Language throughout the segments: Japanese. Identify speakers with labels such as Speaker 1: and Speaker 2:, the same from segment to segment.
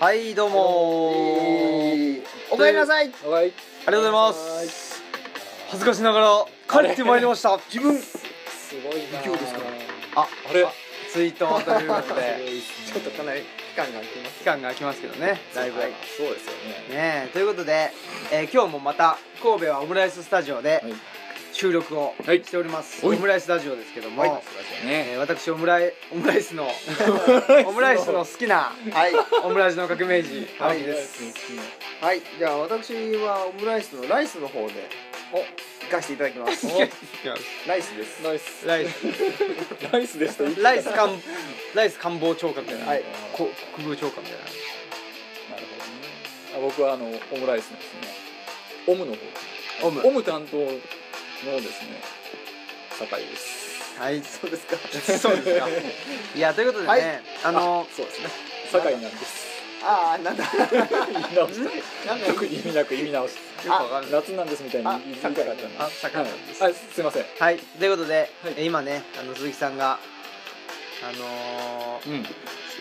Speaker 1: はいどうもー
Speaker 2: おかえりなさい
Speaker 3: おはい
Speaker 1: ありがとうございます恥ずかしながら帰ってまいりました自分
Speaker 3: すごいな
Speaker 2: 勢いですか
Speaker 1: あ
Speaker 3: あれ
Speaker 1: ツイートということ
Speaker 3: す ご
Speaker 1: で
Speaker 3: いっすね
Speaker 2: ちょっとかなり期間が空きます
Speaker 1: 期間が空きますけどねだいぶ
Speaker 2: は
Speaker 1: ね
Speaker 2: い
Speaker 3: そうですよね
Speaker 1: えということで、えー今日もまた神戸はオムライススタジオで
Speaker 3: はい
Speaker 1: 収録を
Speaker 3: はい
Speaker 1: しております、
Speaker 3: はい
Speaker 1: オムライススタジオですけども、
Speaker 2: はい
Speaker 1: え
Speaker 3: ね
Speaker 1: ー私オムライ オムライスのオムライスの好きな
Speaker 2: はい
Speaker 1: オムライスの革命児青木です
Speaker 2: はいじゃあ私はオムライスのライスの方でお行かせていただきますライスです
Speaker 3: ナイス
Speaker 1: ライ ス
Speaker 3: ナイスでしたいい
Speaker 1: ライス官ライス官房長官みたいな、
Speaker 2: はい
Speaker 1: こ国務長官みたいな
Speaker 3: なるほどねあ僕はあのオムライスのですねオムの方
Speaker 1: オム
Speaker 3: オム担当のですね酒井です
Speaker 1: はい
Speaker 2: そうですか
Speaker 1: そうです かいやということでね、
Speaker 2: はい
Speaker 1: あの
Speaker 3: そうですね酒井なんです
Speaker 2: ああなんだ
Speaker 3: 言い直した特に意味なく意味直し
Speaker 1: よくわかんない
Speaker 3: 夏なんですみたいに言いたかったんで
Speaker 1: あ酒井なんです
Speaker 3: はいあすいません
Speaker 1: はいということで、
Speaker 3: はい
Speaker 1: え今ねあの鈴木さんがあのー
Speaker 3: うん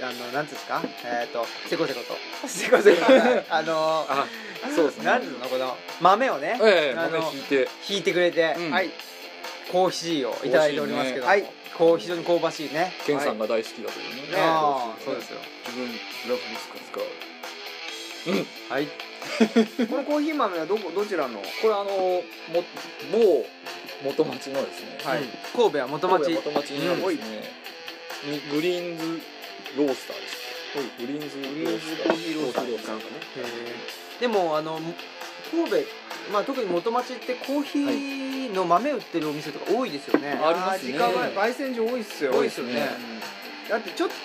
Speaker 1: あのなんていうんですかえっ、ー、とせこせ ことせこせこと あの
Speaker 3: あそうです
Speaker 1: ー、
Speaker 3: ね
Speaker 1: なんていうのこの豆をね、
Speaker 3: ええ
Speaker 1: あの
Speaker 3: 豆引いて
Speaker 1: 引いてくれて、
Speaker 3: うん
Speaker 2: はい
Speaker 1: コーヒーをいただいておりますけども、
Speaker 2: コーヒーね
Speaker 1: こう非常に香ばしいね
Speaker 3: ケンさんが大好きだというね
Speaker 2: はい
Speaker 1: ああ
Speaker 3: ね
Speaker 1: そうですよ
Speaker 3: 自分ラフリス
Speaker 1: はい
Speaker 3: ク使ううん
Speaker 2: このコーヒー豆はどこどちらの
Speaker 3: これあのも某元町のですね
Speaker 2: はい
Speaker 1: うん神戸は元町
Speaker 3: 神戸元町にあるですねにグリーンズロースターですグリーンズロ
Speaker 2: グリーンズコーヒーロースターですなんかね
Speaker 1: へーでもあの神戸、まあ、特に元町ってコーヒーの豆売ってるお店とか多いですよね、
Speaker 3: ありますね
Speaker 2: 時間は焙煎所多いっすよ
Speaker 1: 多いですよね
Speaker 2: うんだってちょっと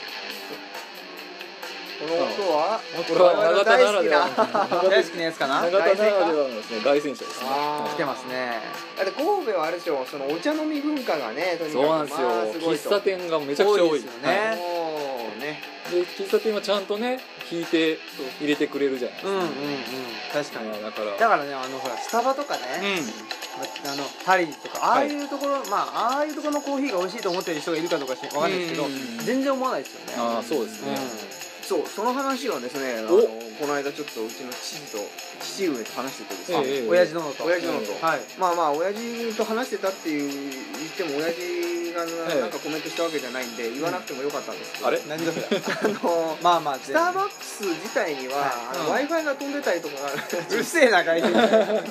Speaker 2: この音は
Speaker 3: これは永田ならでは
Speaker 2: 大
Speaker 3: の
Speaker 2: 好きな
Speaker 1: 大好きなやつかな
Speaker 3: 永田ならではのですね凱旋者ですね
Speaker 2: あー
Speaker 1: 来てますね
Speaker 2: だって神戸はあれでしょそのお茶飲み文化がねとにかく
Speaker 3: そうなんですよ
Speaker 2: まあすごいと
Speaker 3: 喫茶店がめちゃくちゃ多い
Speaker 1: 多いですよね
Speaker 3: は
Speaker 2: もうね
Speaker 3: いで喫茶店はちゃんとね引いて入れてくれるじゃないです
Speaker 1: うんうんうん確か
Speaker 3: か
Speaker 1: に
Speaker 3: だから
Speaker 1: だからねあのほらスタバとかね、あのタリーとかああいうところ、まあああいうところのコーヒーが美味しいと思ってる人がいるかどうかしわかんないですけど、
Speaker 3: うんうんうん
Speaker 1: 全然思わないですよね
Speaker 3: ああそうですね
Speaker 2: そうその話はですねあの
Speaker 3: お
Speaker 2: この間ちょっとうちの父と父上と話しててですね、
Speaker 3: ええ
Speaker 1: 親父殿と
Speaker 2: 親父殿と、
Speaker 1: はい
Speaker 2: まあまあ親父と話してたっていう言っても親父が
Speaker 3: ええ
Speaker 2: なんかコメントしたわけじゃないんで言わなくてもよかったんですけど、
Speaker 3: あれ
Speaker 1: 何だそれ
Speaker 2: あの
Speaker 1: まあまあ
Speaker 2: スターバックス自体には、
Speaker 1: はい
Speaker 2: あの w i f i が飛んでたりとかが
Speaker 1: うるせえな外人は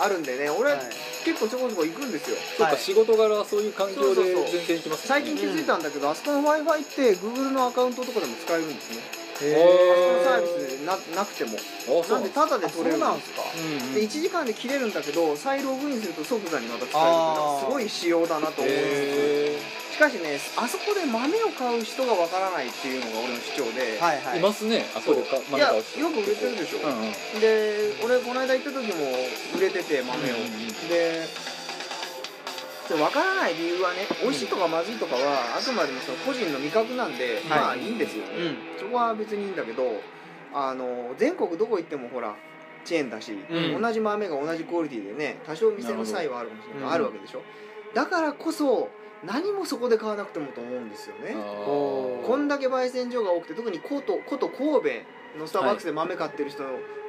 Speaker 2: あるんでね俺、
Speaker 1: い
Speaker 2: 結構ちょこちょこ行くんですよ
Speaker 3: そうか仕事柄そういう環境で全然行きます
Speaker 2: 最近気づいたんだけど、あそこの w i f i って Google のアカウントとかでも使えるんですね
Speaker 1: へ
Speaker 2: あそ
Speaker 1: ー
Speaker 2: このサービスななくても
Speaker 3: あそうな
Speaker 2: な
Speaker 3: んん
Speaker 2: で
Speaker 3: です
Speaker 2: タダで
Speaker 1: あそ
Speaker 2: 取
Speaker 1: う
Speaker 2: れる
Speaker 1: なん
Speaker 2: です
Speaker 1: か
Speaker 2: で1時間で切れるんだけど再ログインすると即座にまた使える
Speaker 1: あー
Speaker 2: すごい仕様だなと思うんで
Speaker 3: へ
Speaker 2: すしかしねあそこで豆を買う人がわからないっていうのが俺の主張で、
Speaker 1: はいはい
Speaker 3: ーいますねあそこでか
Speaker 2: いやよく売れてるでしょ、
Speaker 3: うんうん
Speaker 2: で俺この間行った時も売れてて豆を、
Speaker 3: うんうんうん
Speaker 2: ででわからない理由はね美味しいとかまずいとかはあくまでもその個人の味覚なんで、
Speaker 1: い
Speaker 2: まあいいんですよね、
Speaker 1: うん
Speaker 2: そこは別にいいんだけどあの全国どこ行ってもほらチェーンだし、
Speaker 1: うん
Speaker 2: 同じ豆が同じクオリティでね多少店の差異はあるかもしれないけど
Speaker 1: な
Speaker 2: あ
Speaker 1: る
Speaker 2: る
Speaker 1: ほ
Speaker 2: わけでしょだからこそ何もそこで買わなくてもと思うんですよね
Speaker 1: おー
Speaker 2: こんだけ焙煎所が多くて特に古都古都神戸のスターバックスで豆買ってる人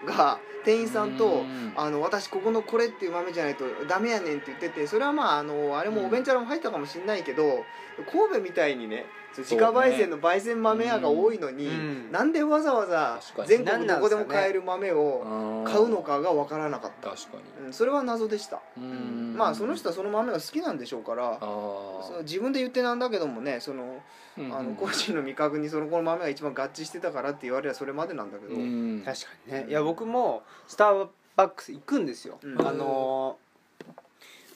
Speaker 2: が、店員さんと
Speaker 3: うん
Speaker 2: あの私ここのこれっていう豆じゃないとダメやねんって言っててそれはまああのあれもおべんちゃらも入ったかもしれないけど、神戸みたいにねそう
Speaker 3: そ
Speaker 2: 自
Speaker 3: うね
Speaker 2: 家焙煎の焙煎豆屋が多いのに、
Speaker 1: うん
Speaker 2: なんでわざわざ
Speaker 3: 確かに
Speaker 2: 全国どこでも買える豆
Speaker 3: あ
Speaker 2: を
Speaker 3: ー
Speaker 2: 買うのかが分からなかった、
Speaker 3: 確か
Speaker 2: うん、それは謎でした、
Speaker 3: にうん
Speaker 2: まあその人はその豆が好きなんでしょうから
Speaker 3: あー
Speaker 2: その自分で言ってなんだけどもねその
Speaker 3: うんうん
Speaker 2: あの個人の味覚にそのこの豆が一番合致してたからって言われればそれまでなんだけど、
Speaker 3: うん
Speaker 1: 確かにねいや僕もスターバックス行くんですよ、
Speaker 2: うん
Speaker 1: あのー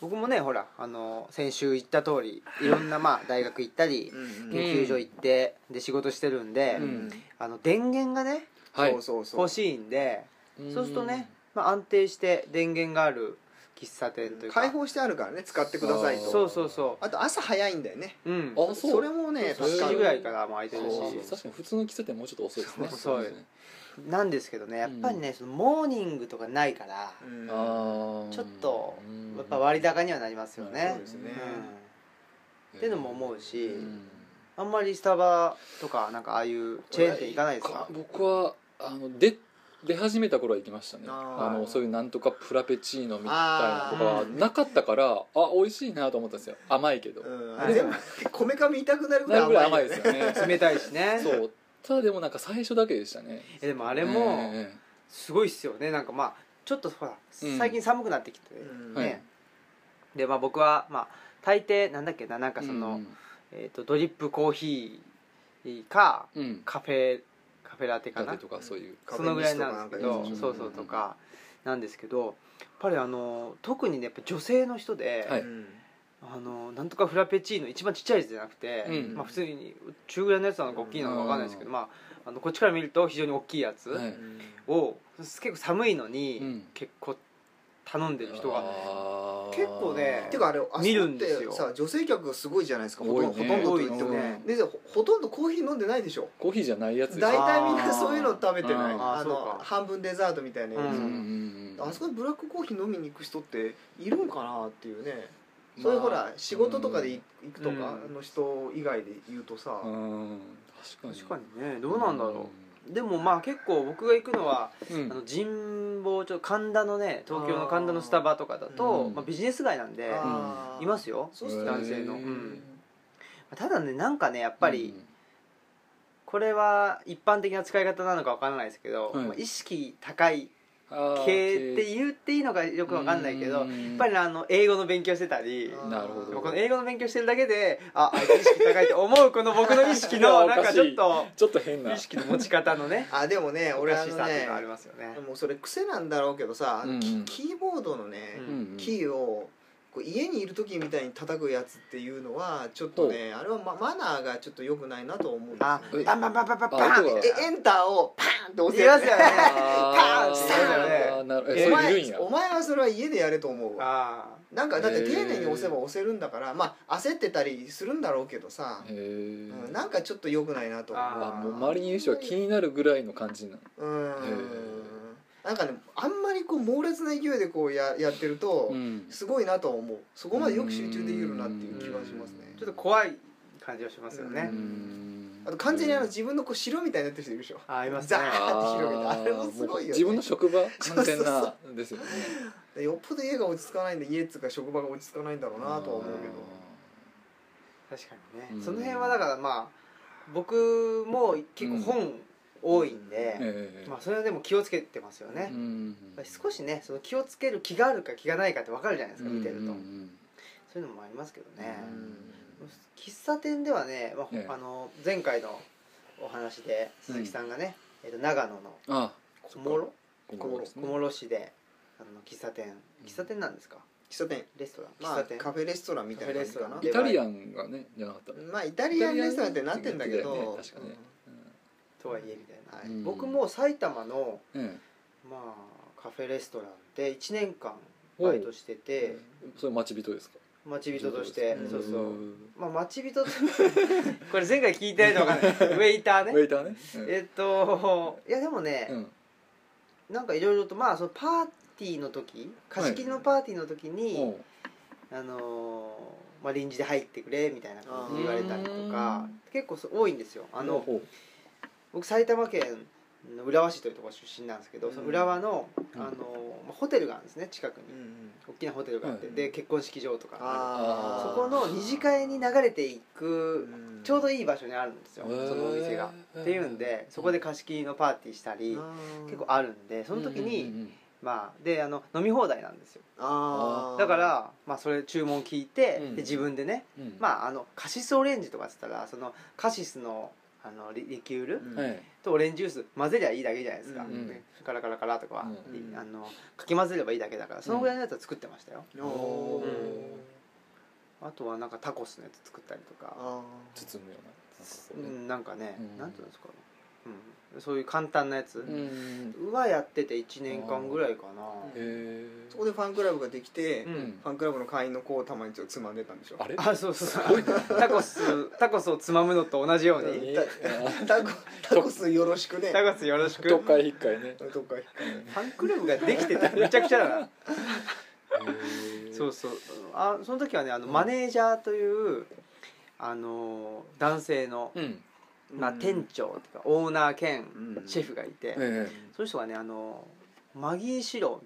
Speaker 1: 僕もねほらあのー先週言った通りいろんなまあ大学行ったり
Speaker 2: うんうん
Speaker 1: 研究所行ってで仕事してるんで、
Speaker 3: うん
Speaker 1: あの電源がね
Speaker 3: はい
Speaker 2: そうそうそう
Speaker 1: 欲しいんでそうするとね、まあ、安定して電源がある喫茶店というか
Speaker 2: 開放してあるからね使ってください
Speaker 3: あー
Speaker 2: と
Speaker 1: そうそうそ
Speaker 2: あと朝早いんだよね
Speaker 1: ううん
Speaker 3: あそう
Speaker 2: れもね
Speaker 3: そう
Speaker 2: 助
Speaker 1: 7
Speaker 2: か
Speaker 1: 時
Speaker 2: る
Speaker 1: ぐらいからもう空いて
Speaker 3: そう
Speaker 1: るし
Speaker 3: 確かに普通の喫茶店はもうちょっと遅いですね
Speaker 1: そう
Speaker 3: ですね
Speaker 1: なんですけどねやっぱりね、そのモーニングとかないから、
Speaker 2: うん
Speaker 3: あー
Speaker 1: ちょっと
Speaker 3: うん
Speaker 1: やっぱ割高にはなりますよ
Speaker 3: なる
Speaker 1: ね
Speaker 3: ほどですね
Speaker 1: うんっていうのも思うし
Speaker 3: うん
Speaker 1: あんまりスタバとかなんかああいうチェーン店行かないですか
Speaker 3: 僕はあので出始めた頃は行きましたね
Speaker 2: あ
Speaker 3: あ
Speaker 2: ー
Speaker 3: のそういうなんとかプラペチーノみたいなのとか
Speaker 1: あ
Speaker 3: は
Speaker 1: ー
Speaker 3: なかったからあ美味しいなと思ったんですよ甘いけど、
Speaker 2: うん
Speaker 1: はい
Speaker 2: あれでも こめかみ痛くなるぐ
Speaker 3: な
Speaker 2: ら
Speaker 3: るぐらい
Speaker 2: い
Speaker 3: 甘
Speaker 2: 甘
Speaker 3: い
Speaker 2: い
Speaker 3: です
Speaker 2: よね
Speaker 3: よね
Speaker 1: 冷たいしね
Speaker 3: そうただでもなんか最初だけでしたね
Speaker 1: えでもあれも
Speaker 3: え
Speaker 1: すごいっすよねなんかまあちょっとほら
Speaker 3: うん
Speaker 1: 最近寒くなってきて、
Speaker 2: うん
Speaker 3: えはい
Speaker 1: ねでまあ僕はまあ大抵なんだっけななんかその、
Speaker 3: うん
Speaker 1: えー、とドリップコーヒーか
Speaker 3: うん
Speaker 1: カフェカフェラテか
Speaker 3: ラ
Speaker 1: な
Speaker 3: テとかそういう
Speaker 2: カ
Speaker 1: そ
Speaker 2: フェ
Speaker 1: のぐ
Speaker 2: ミ
Speaker 1: ら
Speaker 2: ス
Speaker 1: い
Speaker 2: トか
Speaker 1: なんですけど、
Speaker 3: なんかね
Speaker 1: そうそうとかなんですけどやっぱりあの特にねやっぱ女性の人で、
Speaker 3: はい
Speaker 2: うん
Speaker 1: あのなんとかフラペチーノ一番ちっちゃいやつじゃなくて、
Speaker 3: うん
Speaker 1: まあ、普通に中ぐらいのやつなのか大きいのか分かんないですけど、
Speaker 3: うん
Speaker 1: まあ、あのこっちから見ると非常に大きいやつ
Speaker 3: はい
Speaker 1: を、結構寒いのに、
Speaker 3: うん
Speaker 1: 結構頼んでる人が
Speaker 3: あー
Speaker 1: 結構ね
Speaker 2: てかあれあ
Speaker 1: 見る
Speaker 2: そこっ
Speaker 1: んです
Speaker 2: て
Speaker 1: よ
Speaker 2: さ女性客がすごいじゃないですかほ
Speaker 3: 多
Speaker 2: と
Speaker 3: いね
Speaker 2: んほとんどと言っても
Speaker 1: 多いね
Speaker 2: でほほとんどコーヒー飲んでないでしょ
Speaker 3: コーヒーじゃないやつでしょ
Speaker 2: 大
Speaker 1: だ
Speaker 2: 体みんなそういうの食べてない
Speaker 3: あ
Speaker 1: ー
Speaker 2: あ
Speaker 1: あーそう
Speaker 2: の
Speaker 1: か
Speaker 2: 半分デザートみたいなや
Speaker 3: うん
Speaker 2: つ、
Speaker 3: うんうん
Speaker 2: あそこでブラックコーヒー飲みに行く人っているんかなっていうね、そういうほら仕事とかでい行くとかの人以外で言うとさ、
Speaker 3: うん確
Speaker 1: 確
Speaker 3: か
Speaker 1: か
Speaker 3: に
Speaker 1: にねどうなんだろう、でもまあ結構僕が行くのは、
Speaker 3: うん
Speaker 1: あの神保町神田のね東京の神田のスタバとかだと
Speaker 3: うん
Speaker 1: まあ、ビジネス街なんで
Speaker 2: あー
Speaker 1: いますよ
Speaker 2: そうっすね
Speaker 1: 男性の、
Speaker 3: へ
Speaker 1: う
Speaker 3: ー
Speaker 1: ん、ただねなんかねやっぱり、これは一般的な使い方なのかわからないですけど、
Speaker 3: はい
Speaker 1: まあ意識高い
Speaker 3: うんあー
Speaker 1: 系って言っていいのかよくわかんないけどや
Speaker 3: う
Speaker 1: っ
Speaker 3: ん
Speaker 1: ぱりねあの英語の勉強してたり
Speaker 2: あー
Speaker 3: なるほど
Speaker 1: この英語の勉強してるだけでああいつ意識高いと思うこの僕の意識の
Speaker 3: いや
Speaker 1: な
Speaker 3: お
Speaker 1: ん
Speaker 3: か
Speaker 1: か
Speaker 3: しい
Speaker 1: ちょっと
Speaker 3: ちょっと変な
Speaker 1: 意識の持ち方のね
Speaker 2: あでもね
Speaker 1: お
Speaker 2: 俺
Speaker 1: か
Speaker 2: あ
Speaker 1: し
Speaker 2: の
Speaker 1: さっていうのはあり
Speaker 2: ね
Speaker 1: ますよね
Speaker 2: もうそれ癖なんだろうけどさ、
Speaker 3: うんうん
Speaker 2: キキーボードのね、
Speaker 1: うん
Speaker 2: キーをこう家にいる時みたいに叩くやつっていうのはちょっとねあれはママナーがちょっと良くないなと思うんですよ
Speaker 1: あ
Speaker 3: え
Speaker 1: バンバンバンバンバンバ
Speaker 3: あ
Speaker 1: ン
Speaker 3: 音が
Speaker 2: えエンターをパーンって押せ
Speaker 1: 言いますよねパー
Speaker 3: あ
Speaker 1: ン
Speaker 3: ー
Speaker 1: ってしたよね
Speaker 3: あーなる
Speaker 1: え
Speaker 3: え
Speaker 2: お
Speaker 3: それいるん
Speaker 2: 前
Speaker 3: や
Speaker 2: お前はそれは家でやれと思うわ
Speaker 1: あ
Speaker 2: なんかだって丁寧に押せば押せるんだからまあ焦ってたりするんだろうけどさ、
Speaker 3: へー
Speaker 2: うんなんかちょっと良くないなと思う
Speaker 1: あ
Speaker 3: あもう周りにいる人は気になるぐらいの感じなの
Speaker 2: うん
Speaker 3: ー
Speaker 2: なんかねあんまりこう猛烈な勢いでこうややってると、
Speaker 3: うん
Speaker 2: すごいなとは思うそこまでよく集中できるなっていう気がしますね
Speaker 1: ーちょっと怖い感じはしますよ
Speaker 2: う
Speaker 1: ね、
Speaker 3: うん
Speaker 2: あと完全にあの自分のこう城みたいになってる人いるでしょ
Speaker 1: あありますね
Speaker 2: ザーって広げてあれも
Speaker 3: あー
Speaker 2: すごいよね
Speaker 3: もう自分の職場完全
Speaker 2: そう
Speaker 3: なですよね
Speaker 2: でよっぽど家が落ち着かないんで家っつうか職場が落ち着かないんだろうなとは思うけど
Speaker 1: 確かにね、
Speaker 3: うん
Speaker 1: その辺はだからまあ僕も結構本多いんで、
Speaker 3: ええ
Speaker 1: まあ、それはでも気をつけてますよね、
Speaker 3: うん
Speaker 1: 少しねその気をつける気があるか気がないかって分かるじゃないですか見てると、
Speaker 3: うんうん
Speaker 1: そういうのもありますけどね、
Speaker 2: う
Speaker 1: 喫茶店ではね、まあほ
Speaker 3: ええ
Speaker 1: あの前回のお話で鈴木さんがね、えっと長野の
Speaker 3: うんあ
Speaker 1: 小諸
Speaker 3: 小
Speaker 1: 小諸
Speaker 3: 諸
Speaker 1: 小諸市であの喫茶店喫茶店なんですか
Speaker 2: 喫茶店
Speaker 1: レストラン、
Speaker 2: まあ
Speaker 1: 喫茶店
Speaker 2: カフェレストランみたいな感じか
Speaker 1: カフェ
Speaker 2: な
Speaker 3: イ
Speaker 1: レスト
Speaker 3: タリアンがねじゃなかった
Speaker 2: まあイタリアンレストランってなってんだけ
Speaker 3: イタリアン
Speaker 2: ど
Speaker 3: レストランって言ってたよね確かね
Speaker 1: とはいえみたいな、
Speaker 2: はい
Speaker 3: うん
Speaker 1: 僕も埼玉の
Speaker 3: え
Speaker 1: まあカフェレストランで1年間
Speaker 3: おう
Speaker 1: バイトしてて
Speaker 3: えそれ待ち人ですか
Speaker 1: 待ち人として
Speaker 2: うん
Speaker 1: そうそ
Speaker 3: ん
Speaker 1: うまあ待ち人って これ前回聞いてないのが ねウェイター
Speaker 3: ウ
Speaker 1: ね
Speaker 3: ェイターねえ
Speaker 1: えっといやでもね、
Speaker 3: うん
Speaker 1: なんかいろいろとまあそのパーティーの時貸し切りのパーティーの時に、
Speaker 3: おう
Speaker 1: あのーまあ、臨時で入ってくれみたいな感じで言われたりと
Speaker 3: う
Speaker 1: か
Speaker 3: ん
Speaker 1: 結構そう多いんですよあの
Speaker 3: ほう
Speaker 1: 僕埼玉県の浦和市というところ出身なんですけど、その浦和の、
Speaker 3: うん
Speaker 1: あのーまあ、ホテルがあるんですね近くに
Speaker 2: うんうん
Speaker 1: 大きなホテルがあって、
Speaker 2: うん
Speaker 1: で結婚式場とかある
Speaker 3: あー
Speaker 1: そこの二次会に流れていくちょうどいい場所にあるんですよ、そのお店が。っていうんでそこで貸し切りのパーティーしたり、結構あるんでその時に、まあであの飲み放題なんですよ
Speaker 2: あー
Speaker 1: だから、まあ、それ注文聞いて、
Speaker 3: うん
Speaker 1: で自分でね、
Speaker 3: あ
Speaker 1: まあ、あのカシスオレンジとかっつったらそのカシスのあのリリキュール
Speaker 2: うん
Speaker 3: はい
Speaker 1: とオレンジジュース混ぜりゃいいだけじゃないですか、
Speaker 2: うん
Speaker 1: でカラカラカラとかは、
Speaker 2: うん
Speaker 1: いあのかき混ぜればいいだけだからそのぐらいのやつは作ってましたよ、
Speaker 2: おおー
Speaker 1: うんあとはなんかタコスのやつ作ったりとか、
Speaker 2: あー
Speaker 3: 包むような
Speaker 1: う
Speaker 3: なんかこ
Speaker 1: ん、なんかね、
Speaker 3: うん
Speaker 1: なんていうんですか、うん、そういう簡単なやつ
Speaker 3: うねうん
Speaker 1: はやってて1年間ぐらいかな
Speaker 3: へえ
Speaker 2: そこでファンクラブができて
Speaker 1: うん
Speaker 2: ファンクラブの会員の子をたまにちょっとつまんでたんでしょ
Speaker 3: あれ
Speaker 1: あそうそうタコスタコスをつまむのと同じように
Speaker 3: え
Speaker 2: タコ タコスよろしくね
Speaker 1: タコスよろしく
Speaker 3: ー都会一回ね
Speaker 2: どっか行く
Speaker 1: ファンクラブができててめちゃくちゃだなそうそうあのあその時はねあのマネージャーという、あの男性の、
Speaker 3: うん
Speaker 1: まあ、店長っていうかオーナー兼
Speaker 2: うん
Speaker 1: シェフがいて、
Speaker 3: え
Speaker 1: その人がねあのマギーシロー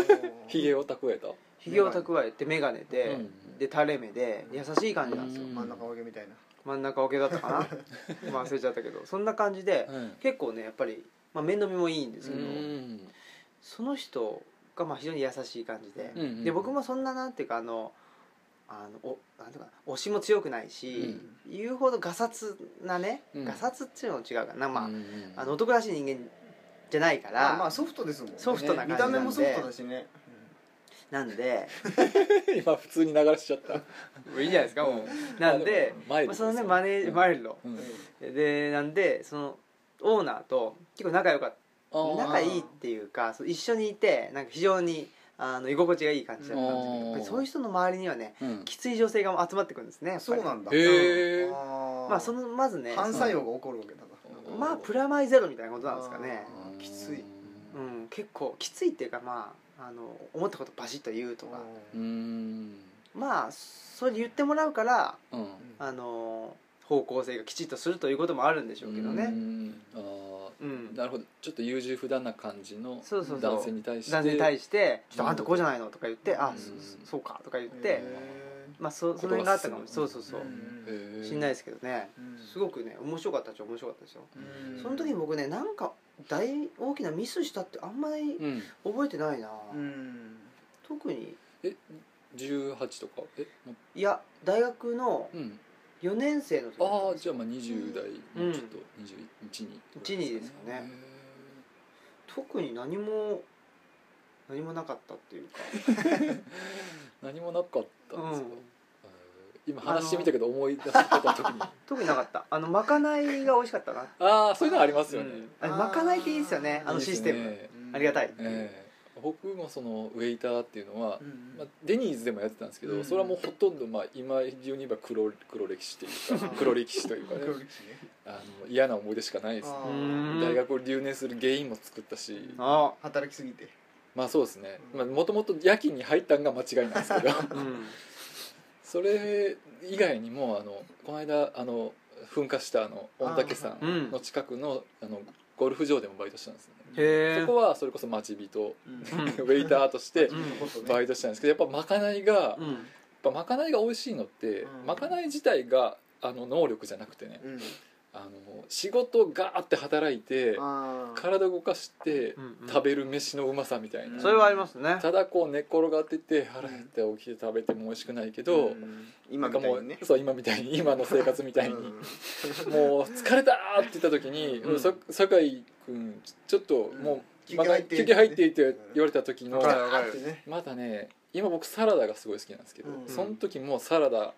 Speaker 1: みたいな
Speaker 3: えひげを蓄えた
Speaker 1: ひげを蓄えて眼鏡で、
Speaker 3: うん
Speaker 1: で垂れ目で優しい感じなんですよ、
Speaker 3: うん
Speaker 2: 真ん中分けみたいな
Speaker 1: 真ん中分けだったかなまあ忘れちゃったけどそんな感じで、
Speaker 3: うん
Speaker 1: 結構ねやっぱり、まあ、面倒見もいいんです
Speaker 3: う
Speaker 1: けど、
Speaker 3: ん
Speaker 1: その人がまあ非常に優しい感じで、
Speaker 3: うんうん
Speaker 1: で僕もそんななんていうかあのあのおなんていうかな推しも強くないし、言うほどガサツなね、
Speaker 3: うん
Speaker 1: ガサツっていうのも違うからなまあ,、
Speaker 3: うん
Speaker 1: あの男らしい人間じゃないから、
Speaker 2: あまあソフトですもんね
Speaker 1: ソフトな感じなんで
Speaker 2: 見た目もソフトだしね
Speaker 1: なんで
Speaker 3: 今普通に流れしち ゃった
Speaker 1: いいじゃないですかもう なんで
Speaker 3: まあも
Speaker 1: まあ、そのね
Speaker 3: マ
Speaker 1: マ
Speaker 3: イル
Speaker 1: ネ
Speaker 3: ドですよ
Speaker 1: マイルド
Speaker 3: うんうん
Speaker 1: でなんでそのオーナーと結構仲良かった
Speaker 3: ああ
Speaker 1: 仲いいっていうかそう一緒にいてなんか非常にあの居心地がいい感じだったんですけど
Speaker 3: うん
Speaker 1: やっぱりそういう人の周りにはね
Speaker 3: うん
Speaker 1: きつい女性が集まってくるんですねやっぱり
Speaker 2: そうなんだ
Speaker 3: へー
Speaker 2: あー
Speaker 1: まあそのまずね
Speaker 2: 反作用が起こるわけだ
Speaker 3: う
Speaker 2: な
Speaker 1: まあプラマイゼロみたいなことなんですかね、
Speaker 2: うんきつい
Speaker 1: うん、結構きついっていうかまああの思ったことバシッと言うとか
Speaker 3: うん
Speaker 1: まあそれで言ってもらうから
Speaker 3: うん
Speaker 1: あの方向性がきちっとするということもあるんでしょうけど
Speaker 3: う
Speaker 1: ね
Speaker 3: んあ
Speaker 1: うん、
Speaker 3: あなるほどちょっと優柔不断な感じの
Speaker 1: そうそうそう
Speaker 3: 男性に対して
Speaker 1: 男性に対して「ちょ
Speaker 3: うん
Speaker 1: っとあんたこうじゃないの?」とか言って「あ
Speaker 3: うん
Speaker 1: そそうか」とか言っ
Speaker 2: へ
Speaker 1: て、まあそそれがあったかも
Speaker 3: こと
Speaker 1: そ
Speaker 3: が
Speaker 1: う
Speaker 3: 進
Speaker 1: そう
Speaker 3: む
Speaker 1: そう、
Speaker 2: うん
Speaker 3: へえ
Speaker 1: しんないですけどね
Speaker 2: ーうん
Speaker 1: すごくね面白かったっちゃ面白かったですよ
Speaker 2: うん
Speaker 1: その時に僕ねなんか大大きなミスしたってあんまり
Speaker 3: うん
Speaker 1: 覚えてないな、
Speaker 2: うん
Speaker 1: 特に
Speaker 3: え十18とかえも
Speaker 1: いや大学の
Speaker 3: うん
Speaker 1: 4年生の時
Speaker 3: ああじゃあまあ20代
Speaker 1: うん
Speaker 3: もうちょっと21に
Speaker 1: 22ですかね特に何も何もなかったっていうか、
Speaker 3: 何もなかったん
Speaker 1: う
Speaker 3: です
Speaker 1: ん
Speaker 3: か、今話してみたけど思い出すことは特に
Speaker 1: 特になかったあのまかないが美味しかったな、
Speaker 3: ああそういうのありますよね、
Speaker 1: うんあれまかないっていいですよねあの
Speaker 3: いいで
Speaker 1: シ
Speaker 3: す
Speaker 1: ス
Speaker 3: ね
Speaker 1: テムありがたい
Speaker 3: ええ僕もそのウェイターっていうのは、
Speaker 2: うん
Speaker 3: まあ、デニーズでもやってたんですけど、
Speaker 2: うん
Speaker 3: それはもうほとんどまあ今中に言えば黒黒歴史というか黒歴史というか、ね
Speaker 2: 黒、歴史ね
Speaker 3: あの嫌な思い出しかないですね
Speaker 2: あ
Speaker 1: う
Speaker 2: ー
Speaker 1: ん
Speaker 3: 大学を留年する原因も作ったし、
Speaker 1: あ
Speaker 2: 働きすぎて
Speaker 3: まあそうですねもともと夜勤に入ったんが間違いなんですけど
Speaker 1: うん
Speaker 3: それ以外にもあのこの間あの噴火したあの御嶽山の近くのあのゴルフ場でもバイトしたんですね、
Speaker 1: へえ
Speaker 3: そこはそれこそ町人
Speaker 2: うん
Speaker 1: うん
Speaker 3: ウェイターとして
Speaker 1: うん
Speaker 3: バイトしたんですけどやっぱまかないが、やっ
Speaker 1: うん
Speaker 3: ぱまかないが美味しいのって、
Speaker 2: うん
Speaker 3: まかない自体があの能力じゃなくてね
Speaker 2: うん
Speaker 3: あの仕事ガーって働いて
Speaker 2: あー
Speaker 3: 体動かして
Speaker 1: うんうん
Speaker 3: 食べる飯のうまさみたいな、
Speaker 1: それはありますね
Speaker 3: ただこう寝っ転がってて腹減って起きて食べても美味しくないけど、
Speaker 2: うん
Speaker 3: な
Speaker 2: 今
Speaker 3: ん
Speaker 2: み
Speaker 3: か
Speaker 2: たい
Speaker 3: も
Speaker 2: にね
Speaker 3: うそう今みたいに今の生活みたいに、
Speaker 2: うん
Speaker 3: もう疲れたーって言った時に、
Speaker 1: うん
Speaker 3: そ酒井君ちょっともう、
Speaker 2: うん
Speaker 3: また休
Speaker 2: 休
Speaker 3: 憩入
Speaker 2: 憩入
Speaker 3: っ
Speaker 2: ってて
Speaker 3: って言われた時の、
Speaker 1: わかる
Speaker 2: あーってね
Speaker 3: またね今僕サラダがすごい好きなんですけど、
Speaker 2: うん
Speaker 3: その時もサラダ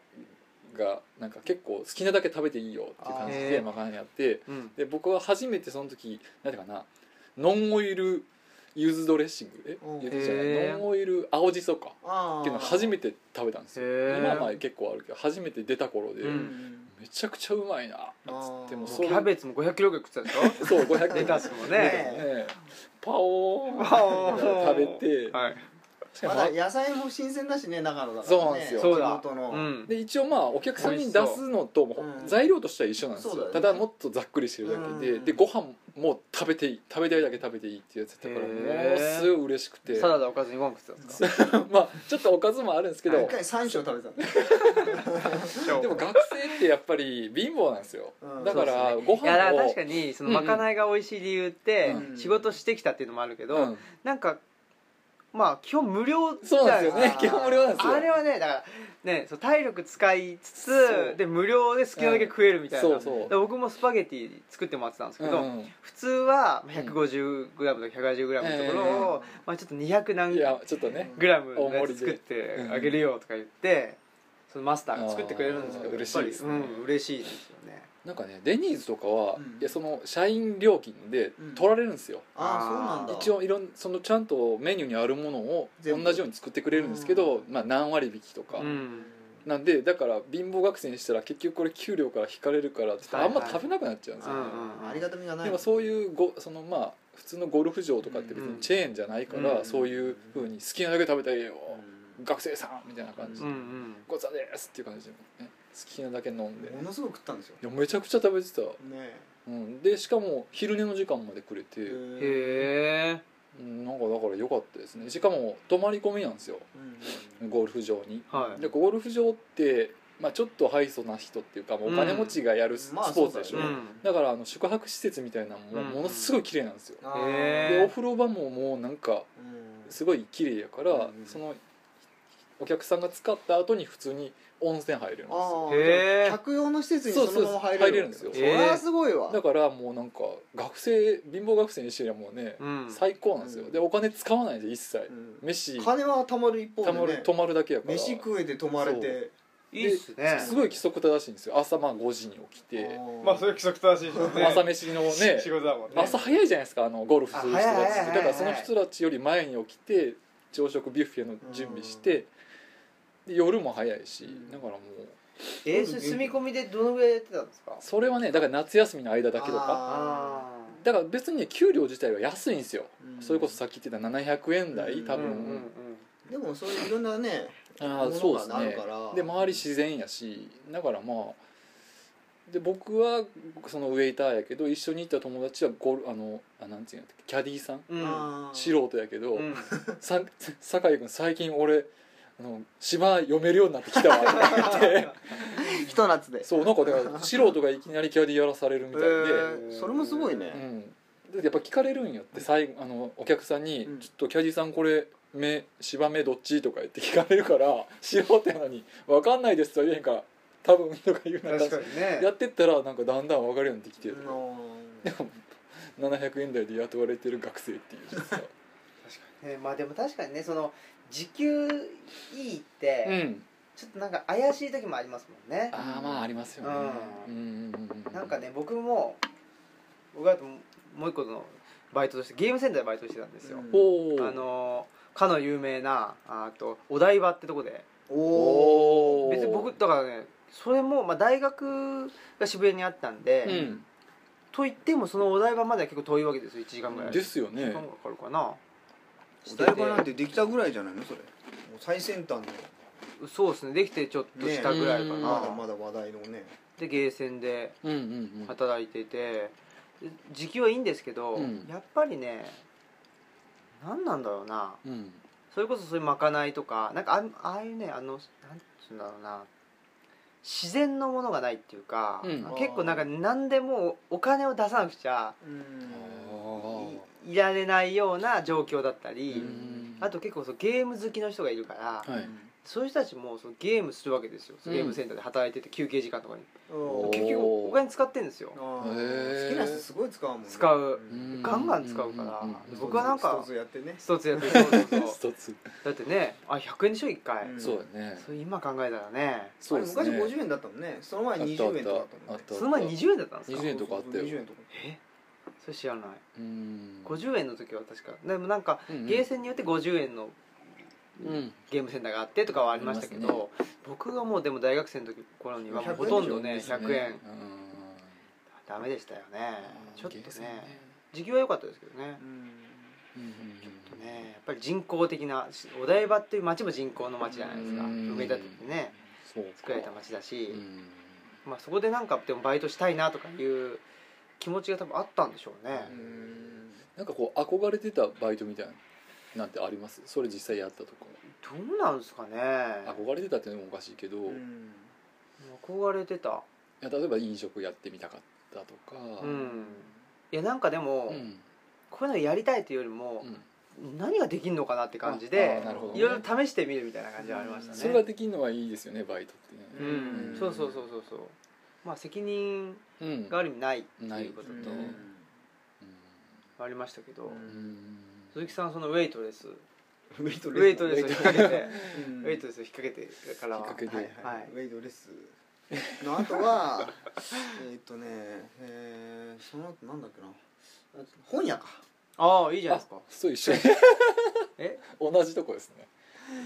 Speaker 3: がなんか結構好きなだけ食べていいよっていう感じ
Speaker 1: あ
Speaker 3: で
Speaker 1: ー
Speaker 3: まかないやって
Speaker 1: うん
Speaker 3: で僕は初めてその時なんていうかなノンオイル柚子ドレッシングえ
Speaker 2: うん
Speaker 3: 柚子じゃない
Speaker 1: へー
Speaker 3: ノンオイル青じそか
Speaker 2: あー
Speaker 3: っていうのを初めて食べたんですよ
Speaker 1: へー
Speaker 3: 今はまあ結構あるけど初めて出た頃で、
Speaker 1: う
Speaker 2: うん
Speaker 3: めちゃくちゃうまいなっつってもう
Speaker 2: あー
Speaker 1: キ
Speaker 3: それ
Speaker 1: ャベツも500キロぐらい食ってたでしょ
Speaker 3: そう500
Speaker 1: レ
Speaker 3: 円
Speaker 1: タスもね
Speaker 2: ね
Speaker 3: ええパオーン
Speaker 1: パオーン
Speaker 3: 食べて
Speaker 1: はい
Speaker 3: し
Speaker 2: ま
Speaker 3: かも
Speaker 2: だ野菜も新鮮だしね長野だからね
Speaker 3: そうなんですよ
Speaker 1: そうだ
Speaker 2: 地元の
Speaker 1: うん
Speaker 3: で一応まあお客さんに出すのとも
Speaker 2: うん
Speaker 3: 材料としては一緒なんですよ
Speaker 2: そうだよ
Speaker 3: た
Speaker 2: ね
Speaker 3: だもっとざっくりしてるだけで
Speaker 2: うん
Speaker 3: でご飯も食べていい食べたいだけ食べていいっていうやつだったからものすごい嬉しくて
Speaker 1: サラダおかずにご飯食ってたんですか
Speaker 3: まあちょっとおかずもあるんですけど
Speaker 2: 一回三升食べてたんだ
Speaker 3: でも学生ってやっぱり貧乏なんですよ
Speaker 2: うん
Speaker 3: だからご
Speaker 1: いやだか
Speaker 3: 飯
Speaker 1: ら
Speaker 3: を
Speaker 1: 確かにそのまかないが美味しい理由って
Speaker 3: うん
Speaker 1: 仕事してきたっていうのもあるけど、
Speaker 3: うん
Speaker 1: なんかまあ基本無料じ
Speaker 3: そう
Speaker 1: ゃな
Speaker 3: な
Speaker 1: んいで
Speaker 3: で
Speaker 1: すすか
Speaker 3: よね 基本無料なんですよ
Speaker 1: あれはねだからねそう体力使いつ
Speaker 3: そう
Speaker 1: つで無料で好きなだけ食えるみたいな、
Speaker 3: そうそう
Speaker 1: だから僕もスパゲティ作ってもらってたんですけど、
Speaker 3: うん
Speaker 1: 普通は 150g とか 180g のところを、まあ、ちょっと200何
Speaker 3: いやちょっとね
Speaker 1: グラムの
Speaker 3: 大盛
Speaker 1: や
Speaker 3: り
Speaker 1: つ
Speaker 3: で
Speaker 1: 作ってあげるよとか言って、そのマスターが作ってくれるんですけどやっ
Speaker 3: あー
Speaker 1: ぱり
Speaker 3: 嬉しいですね
Speaker 1: うん、嬉しいですよね
Speaker 3: なんかねデニーズとかは、
Speaker 2: うん
Speaker 3: いやその社員料金で取られるんですよ、
Speaker 2: ああそうなんだ
Speaker 3: 一応いろんそのちゃんとメニューにあるものを同
Speaker 2: 全部
Speaker 3: じように作ってくれるんですけど、まあ、何割引きとか、
Speaker 1: うん
Speaker 3: なんでだから貧乏学生にしたら結局これ給料から引かれるからって
Speaker 1: はい
Speaker 3: あ
Speaker 1: は
Speaker 3: ん
Speaker 1: い
Speaker 3: ま食べなくなっちゃうんです
Speaker 1: う
Speaker 3: よ、
Speaker 1: んうんうん
Speaker 2: ありがたみがない
Speaker 3: でもそういうごそのまあ普通のゴルフ場とかって別
Speaker 1: う
Speaker 3: に
Speaker 1: ん
Speaker 3: チェーンじゃないから、
Speaker 1: うん
Speaker 3: そういうふうに好きなだけ食べたらええよ、
Speaker 2: うん
Speaker 3: 学生さんみたいな感じ
Speaker 1: う
Speaker 3: で、
Speaker 1: ん
Speaker 3: ごちそうさまですっていう感じで、ね、きなだけ飲んで
Speaker 2: ものすごく食ったんですよ
Speaker 3: いやめちゃくちゃ食べてた、
Speaker 2: ね
Speaker 3: うん、でしかも昼寝の時間までくれ
Speaker 2: え
Speaker 3: て、
Speaker 1: へえ
Speaker 3: うん、なんかだから良かったですねしかも泊まり込みなんですよ
Speaker 2: うん
Speaker 3: ゴルフ場に
Speaker 1: はい
Speaker 3: でゴルフ場って、まあ、ちょっとハイソな人っていうかもうお金持ちがやるス,、
Speaker 2: うんまあ
Speaker 3: ポーツでしょ、
Speaker 2: そうだよね
Speaker 3: だからあの宿泊施設みたいなのも
Speaker 1: うん
Speaker 3: ものすごい綺麗なんですよ、
Speaker 2: あー
Speaker 1: へ
Speaker 3: で
Speaker 1: ー
Speaker 3: お風呂場ももうなんか
Speaker 2: うん
Speaker 3: すごい綺麗やから、
Speaker 2: うん
Speaker 3: そのお客さんが使った後に普通に温泉入れるんですよ
Speaker 2: あ
Speaker 1: へー
Speaker 2: あ客用の施設にそのま
Speaker 3: そう
Speaker 2: ま入
Speaker 3: そう
Speaker 2: れ
Speaker 3: 入れ
Speaker 2: る
Speaker 3: るんですよ
Speaker 2: それはすごいわ
Speaker 3: だからもうなんか学生貧乏学生にしてりゃもうね、
Speaker 1: うん
Speaker 3: 最高なんですよ、
Speaker 2: うん
Speaker 3: でお金使わないで一切、
Speaker 2: うん
Speaker 3: 飯貯
Speaker 2: 金は貯まる一方
Speaker 3: ま
Speaker 2: で
Speaker 3: る
Speaker 2: ね
Speaker 3: 泊まるだけやから
Speaker 2: 飯食えて泊まれて
Speaker 1: いいっすね
Speaker 3: すごい規則正しいんですよ朝まあ5時に起きて、
Speaker 2: まあそれ
Speaker 1: れ規則 正しいです
Speaker 3: 朝飯のね
Speaker 1: 事だもん
Speaker 2: ね
Speaker 3: 朝早いじゃないですかあのゴルフする人
Speaker 1: あ
Speaker 3: た
Speaker 1: 早い早い
Speaker 3: ちっ
Speaker 1: 早
Speaker 3: て
Speaker 1: い
Speaker 3: だからその人たちより前に起きて朝食ビュッフェの準備して、で夜も早いし
Speaker 2: うん
Speaker 3: だからもう
Speaker 1: えー、それ住み込みでどのぐらいやってたんですか
Speaker 3: それはねだから夏休みの間だけとか
Speaker 2: あ
Speaker 3: だから別にね給料自体は安いんですよ、
Speaker 2: うん
Speaker 3: それこそさっき言ってた700円台
Speaker 2: うん
Speaker 3: 多
Speaker 1: うん
Speaker 3: 分、
Speaker 2: でもそういういろんなね
Speaker 3: ああ
Speaker 2: も
Speaker 3: そうで
Speaker 2: のが
Speaker 3: す
Speaker 2: なる
Speaker 3: ね
Speaker 2: から
Speaker 3: で周り自然やしだからまあで僕はそのウェイターやけど一緒に行った友達はゴルあのあなんていうんやったっけキャディーさん
Speaker 1: うんうん
Speaker 2: あー
Speaker 3: 素人やけど、
Speaker 1: うん
Speaker 3: さ酒井君最近俺あの芝読めるようになってきたわって 言っ
Speaker 2: ひと夏で
Speaker 3: てそうなんかだから素人がいきなりキャディやらされるみたいで、
Speaker 2: えーそれもすごいね
Speaker 3: うん、でやっぱ聞かれるんやって最後あのお客さんに
Speaker 2: うん
Speaker 3: 「ちょっとキャディさんこれ目芝目どっち?」とか言って聞かれ るから素人やのに「分かんないです」とは言えへんから「多分」とか言うな
Speaker 1: 確かにね
Speaker 3: やってったらなんかだんだん分かるようになってきて
Speaker 2: う
Speaker 3: で
Speaker 2: ん
Speaker 3: も700円台で雇われてる学生っていうさ
Speaker 1: ねまあでも確かにねその時給いいって、
Speaker 3: うん
Speaker 1: ちょっとなんか怪しい時もありますもんね
Speaker 3: ああまあありますよね
Speaker 1: うん
Speaker 3: うんうんうんうん
Speaker 1: なんかね僕も僕はもう一個のバイトとしてゲームセンターでバイトしてたんですよ、
Speaker 2: うん
Speaker 3: おお
Speaker 1: あのかの有名なああとお台場ってとこで
Speaker 2: おお
Speaker 1: 別に僕だからねそれも、まあ、大学が渋谷にあったんで、
Speaker 3: うん
Speaker 1: といってもそのお台場までは結構遠いわけですよ1時間ぐらい
Speaker 3: ですよ
Speaker 1: 時
Speaker 3: ね
Speaker 1: 間かかるかな
Speaker 4: お台場なんてできたぐらいじゃないのそれ
Speaker 2: 最先端の
Speaker 1: そうですねできてちょっとしたぐらいかな、
Speaker 3: ね
Speaker 2: まだまだ話題のね
Speaker 1: でゲーセンで
Speaker 3: うんうんうん
Speaker 1: 働いていてで時給はいいんですけど、
Speaker 3: うん
Speaker 1: やっぱりね何なんだろうな
Speaker 3: うん
Speaker 1: それこそそういうまかないとかなんかあああいうねあのなんつうんだろうな自然のものがないっていうか、
Speaker 3: うん
Speaker 1: 結構なんか何でもお金を出さなくちゃ
Speaker 3: ああ
Speaker 1: いいられないような状況だったり、
Speaker 3: うん
Speaker 1: あと結構そうゲーム好きの人がいるから、
Speaker 3: はい
Speaker 1: そういう人たちもそのゲームするわけですよ
Speaker 3: うん
Speaker 1: ゲームセンターで働いてて休憩時間とかに、
Speaker 3: おー
Speaker 1: 結局お金使ってんですよ
Speaker 2: あー
Speaker 3: へー
Speaker 2: 好きな人すごい使うもんね
Speaker 1: 使う
Speaker 3: うん
Speaker 1: ガンガン使うから
Speaker 3: うん
Speaker 2: うん
Speaker 1: 僕はなんか
Speaker 2: 一つやってね
Speaker 1: 一つやってそうそうそう
Speaker 3: 一つ
Speaker 1: だってねあ100円でしょ1回、
Speaker 2: うん
Speaker 3: そうだね
Speaker 1: それ今考えたらね
Speaker 3: そうですね
Speaker 2: あれ昔50円だったもんねその前20円とかだったもんね
Speaker 3: た
Speaker 1: その前20円だったんですか
Speaker 3: 20円とかあったよ
Speaker 2: 20円とか
Speaker 1: えそれ知らない
Speaker 3: うん
Speaker 1: 50円の時は確かでもなんか
Speaker 3: うん
Speaker 1: ゲーセンによって50円の
Speaker 3: うん
Speaker 1: ゲームセンターがあってとかはありましたけ
Speaker 3: ありま
Speaker 1: ど、僕がもうでも大学生の時頃にはもうほとんどね
Speaker 3: ですね
Speaker 1: 100円
Speaker 3: うん
Speaker 1: ダメでしたよねちょっと
Speaker 3: ゲーセン
Speaker 1: ね時給は良かったですけどね
Speaker 3: うん
Speaker 1: ねやっぱり人工的なしお台場っていう町も人工の町じゃないですか
Speaker 3: うん
Speaker 1: 埋め立ててね
Speaker 3: そうか
Speaker 1: 作られた町だし、
Speaker 3: うん
Speaker 1: まあ、そこでなんかでもバイトしたいなとかいう気持ちが多分あったんでしょうね、
Speaker 2: う
Speaker 3: うん
Speaker 2: ん
Speaker 3: なんかこう憧れてたバイトみたいななんてありますそれ実際やったとか
Speaker 1: どうなんですかね
Speaker 3: 憧れてたっていうのもおかしいけどい
Speaker 1: 憧れてた
Speaker 3: や例えば飲食やってみたかったとか
Speaker 1: うんいやなんかでも、
Speaker 3: うん
Speaker 1: こういうのやりたいというよりも
Speaker 3: う、ん
Speaker 1: 何ができるのかなって感じ
Speaker 3: ああ
Speaker 1: で
Speaker 3: なるほどね
Speaker 1: いろいろ試してみるみたいな感じはありましたね
Speaker 3: それができるのはいいですよねバイトってね
Speaker 1: うん、
Speaker 2: うん
Speaker 1: そうそうそうそうそうまあ責任
Speaker 3: うん
Speaker 1: がある意味ないって
Speaker 3: ない
Speaker 1: いうこととありましたけど、
Speaker 2: うん
Speaker 3: うん
Speaker 1: 鈴木さんそのウェイトレス
Speaker 2: ウェイト
Speaker 1: ウ
Speaker 2: レス
Speaker 1: ェイトレスを引っ掛けて
Speaker 2: うん
Speaker 1: ウェイトレスを引っ掛けてから
Speaker 3: 引っ掛けて
Speaker 2: はいはい
Speaker 1: はい
Speaker 2: ウェイドレスのあとは えーっとねえーその後なんだっけな本屋か
Speaker 1: ああいいじゃないですか
Speaker 3: そう一 緒
Speaker 1: え
Speaker 3: 同じとこですね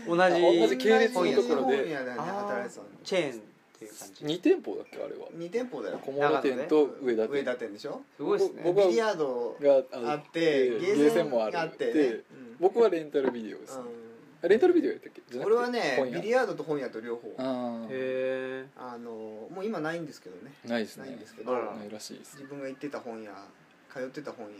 Speaker 1: 同
Speaker 3: あ
Speaker 1: じ
Speaker 3: 同じ系列
Speaker 1: のところ
Speaker 3: で
Speaker 2: 本屋で働いてたの
Speaker 1: チェーンっていう感じ
Speaker 3: 2店舗だっけあれは
Speaker 2: 二店舗だよ
Speaker 3: 小物店と上田
Speaker 2: 上
Speaker 3: 店
Speaker 2: 田店でしょ
Speaker 1: すごいですね
Speaker 3: 僕
Speaker 2: ビリヤード
Speaker 3: が
Speaker 2: あってゲーセンもあってね
Speaker 3: で僕はレンタルビデオですね
Speaker 2: うん
Speaker 3: あレンタルビデオやったっけじゃなくて
Speaker 2: 俺はね
Speaker 3: 本屋
Speaker 2: ビリヤードと本屋と両方
Speaker 3: あー
Speaker 1: へ
Speaker 2: あのもう今ないんですけどね
Speaker 3: ないです
Speaker 2: ないん
Speaker 3: ね
Speaker 2: ですけど
Speaker 1: あら
Speaker 3: ないらしいです
Speaker 2: 自分が行ってた本屋通ってた本屋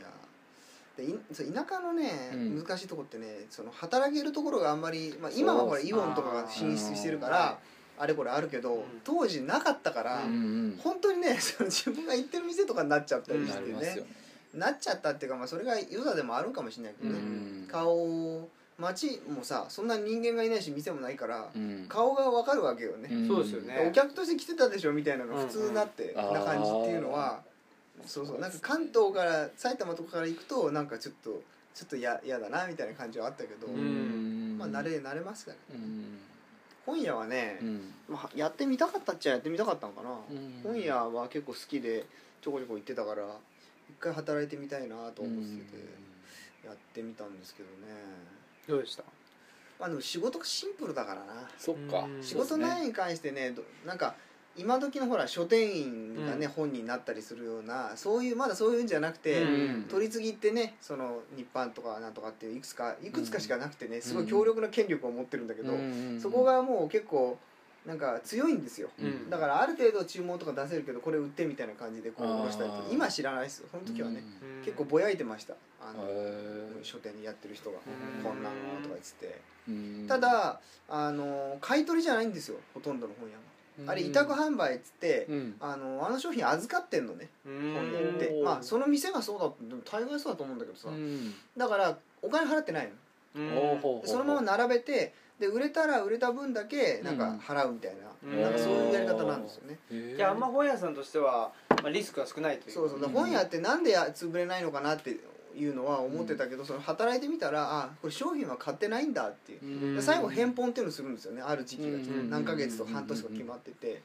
Speaker 2: でいそう田舎のね、
Speaker 3: うん
Speaker 2: 難しいとこってねその働けるところがあんまり、まあ、今はほら
Speaker 3: そう
Speaker 2: イオンとかが進出してるからあれこれあるけど、
Speaker 1: うん
Speaker 2: 当時なかったから、
Speaker 3: うんうん
Speaker 2: 本当にね その自分が行ってる店とかになっちゃったりし
Speaker 3: なり
Speaker 2: てね
Speaker 3: ま、すよね
Speaker 2: なっちゃったっていうか、まあ、それが良さでもあるかもしれないけ
Speaker 3: う
Speaker 2: どね、
Speaker 3: ん
Speaker 2: 顔街もさそんな人間がいないし店もないから、
Speaker 3: うん
Speaker 2: 顔がわかるわけよね、
Speaker 3: ん
Speaker 1: そうですよね
Speaker 2: お客として来てたでしょみたいなのが普通になって、
Speaker 3: うんうん
Speaker 2: な感じっていうのはそうそうなんか関東から埼玉とかから行くとなんかちょっとちょっとや嫌だなみたいな感じはあったけど、
Speaker 3: う
Speaker 1: うん
Speaker 3: ん
Speaker 2: まあ慣れ慣れますから
Speaker 3: うん
Speaker 2: 本屋はね、
Speaker 3: うん
Speaker 2: まあ、やってみたかったっちゃやってみたかったのかな、
Speaker 3: うん
Speaker 2: 本屋は結構好きでちょこちょこ行ってたから一回働いてみたいなと思っててやってみたんですけどね
Speaker 1: ーどうでした
Speaker 2: まあでも仕事がシンプルだからな
Speaker 3: そっか
Speaker 1: うん
Speaker 2: 仕事内
Speaker 3: い
Speaker 2: 容に関してねどなんか今時のほら書店員がね、
Speaker 1: うん
Speaker 2: 本になったりするようなそういうまだそういうんじゃなくて、
Speaker 1: うん
Speaker 2: 取り次ぎってねその日版とかなんとかっていういくつかいくつかしかなくてね、
Speaker 3: ん
Speaker 2: すごい強力な権力を持ってるんだけど、
Speaker 3: ど
Speaker 2: そこがもう結構なんか強いんですよ、
Speaker 1: うん
Speaker 2: だからある程度注文とか出せるけどこれ売ってみたいな感じでこう
Speaker 3: あー
Speaker 2: 下ろしたりとか今知らないですよその時はね、
Speaker 1: うん
Speaker 2: 結構ぼやいてましたあの、
Speaker 3: へー
Speaker 2: 書店にやってる人が、
Speaker 1: うん
Speaker 2: こんなのとか言ってて。
Speaker 3: うん
Speaker 2: ただあの買い取りじゃないんですよほとんどの本屋は、あれ委託販売っつって、
Speaker 3: うん
Speaker 2: あのあの商品預かってんのね
Speaker 1: うん
Speaker 2: 本屋って
Speaker 3: おー
Speaker 2: まあその店がそうだでも大概そうだと思うんだけどさ、
Speaker 3: うん
Speaker 2: だからお金払ってないの
Speaker 1: うん
Speaker 3: ほうほうほう
Speaker 2: そのまま並べてで売れたら売れた分だけなん
Speaker 3: うん
Speaker 2: か払うみたいな、
Speaker 1: うん
Speaker 2: なんかそういうやり方なんですよね
Speaker 3: へー
Speaker 1: じゃああんま本屋さんとしては、まあ、リスクが少ないという
Speaker 2: そうそうだから本屋ってなんでや潰れないのかなっていうのは思ってたけど、その働いてみたらあこれ商品は買ってないんだっていう
Speaker 3: うん
Speaker 2: で最後返本っていうのするんですよねある時期が来て
Speaker 1: うん
Speaker 2: 何ヶ月とか半年とか決まってて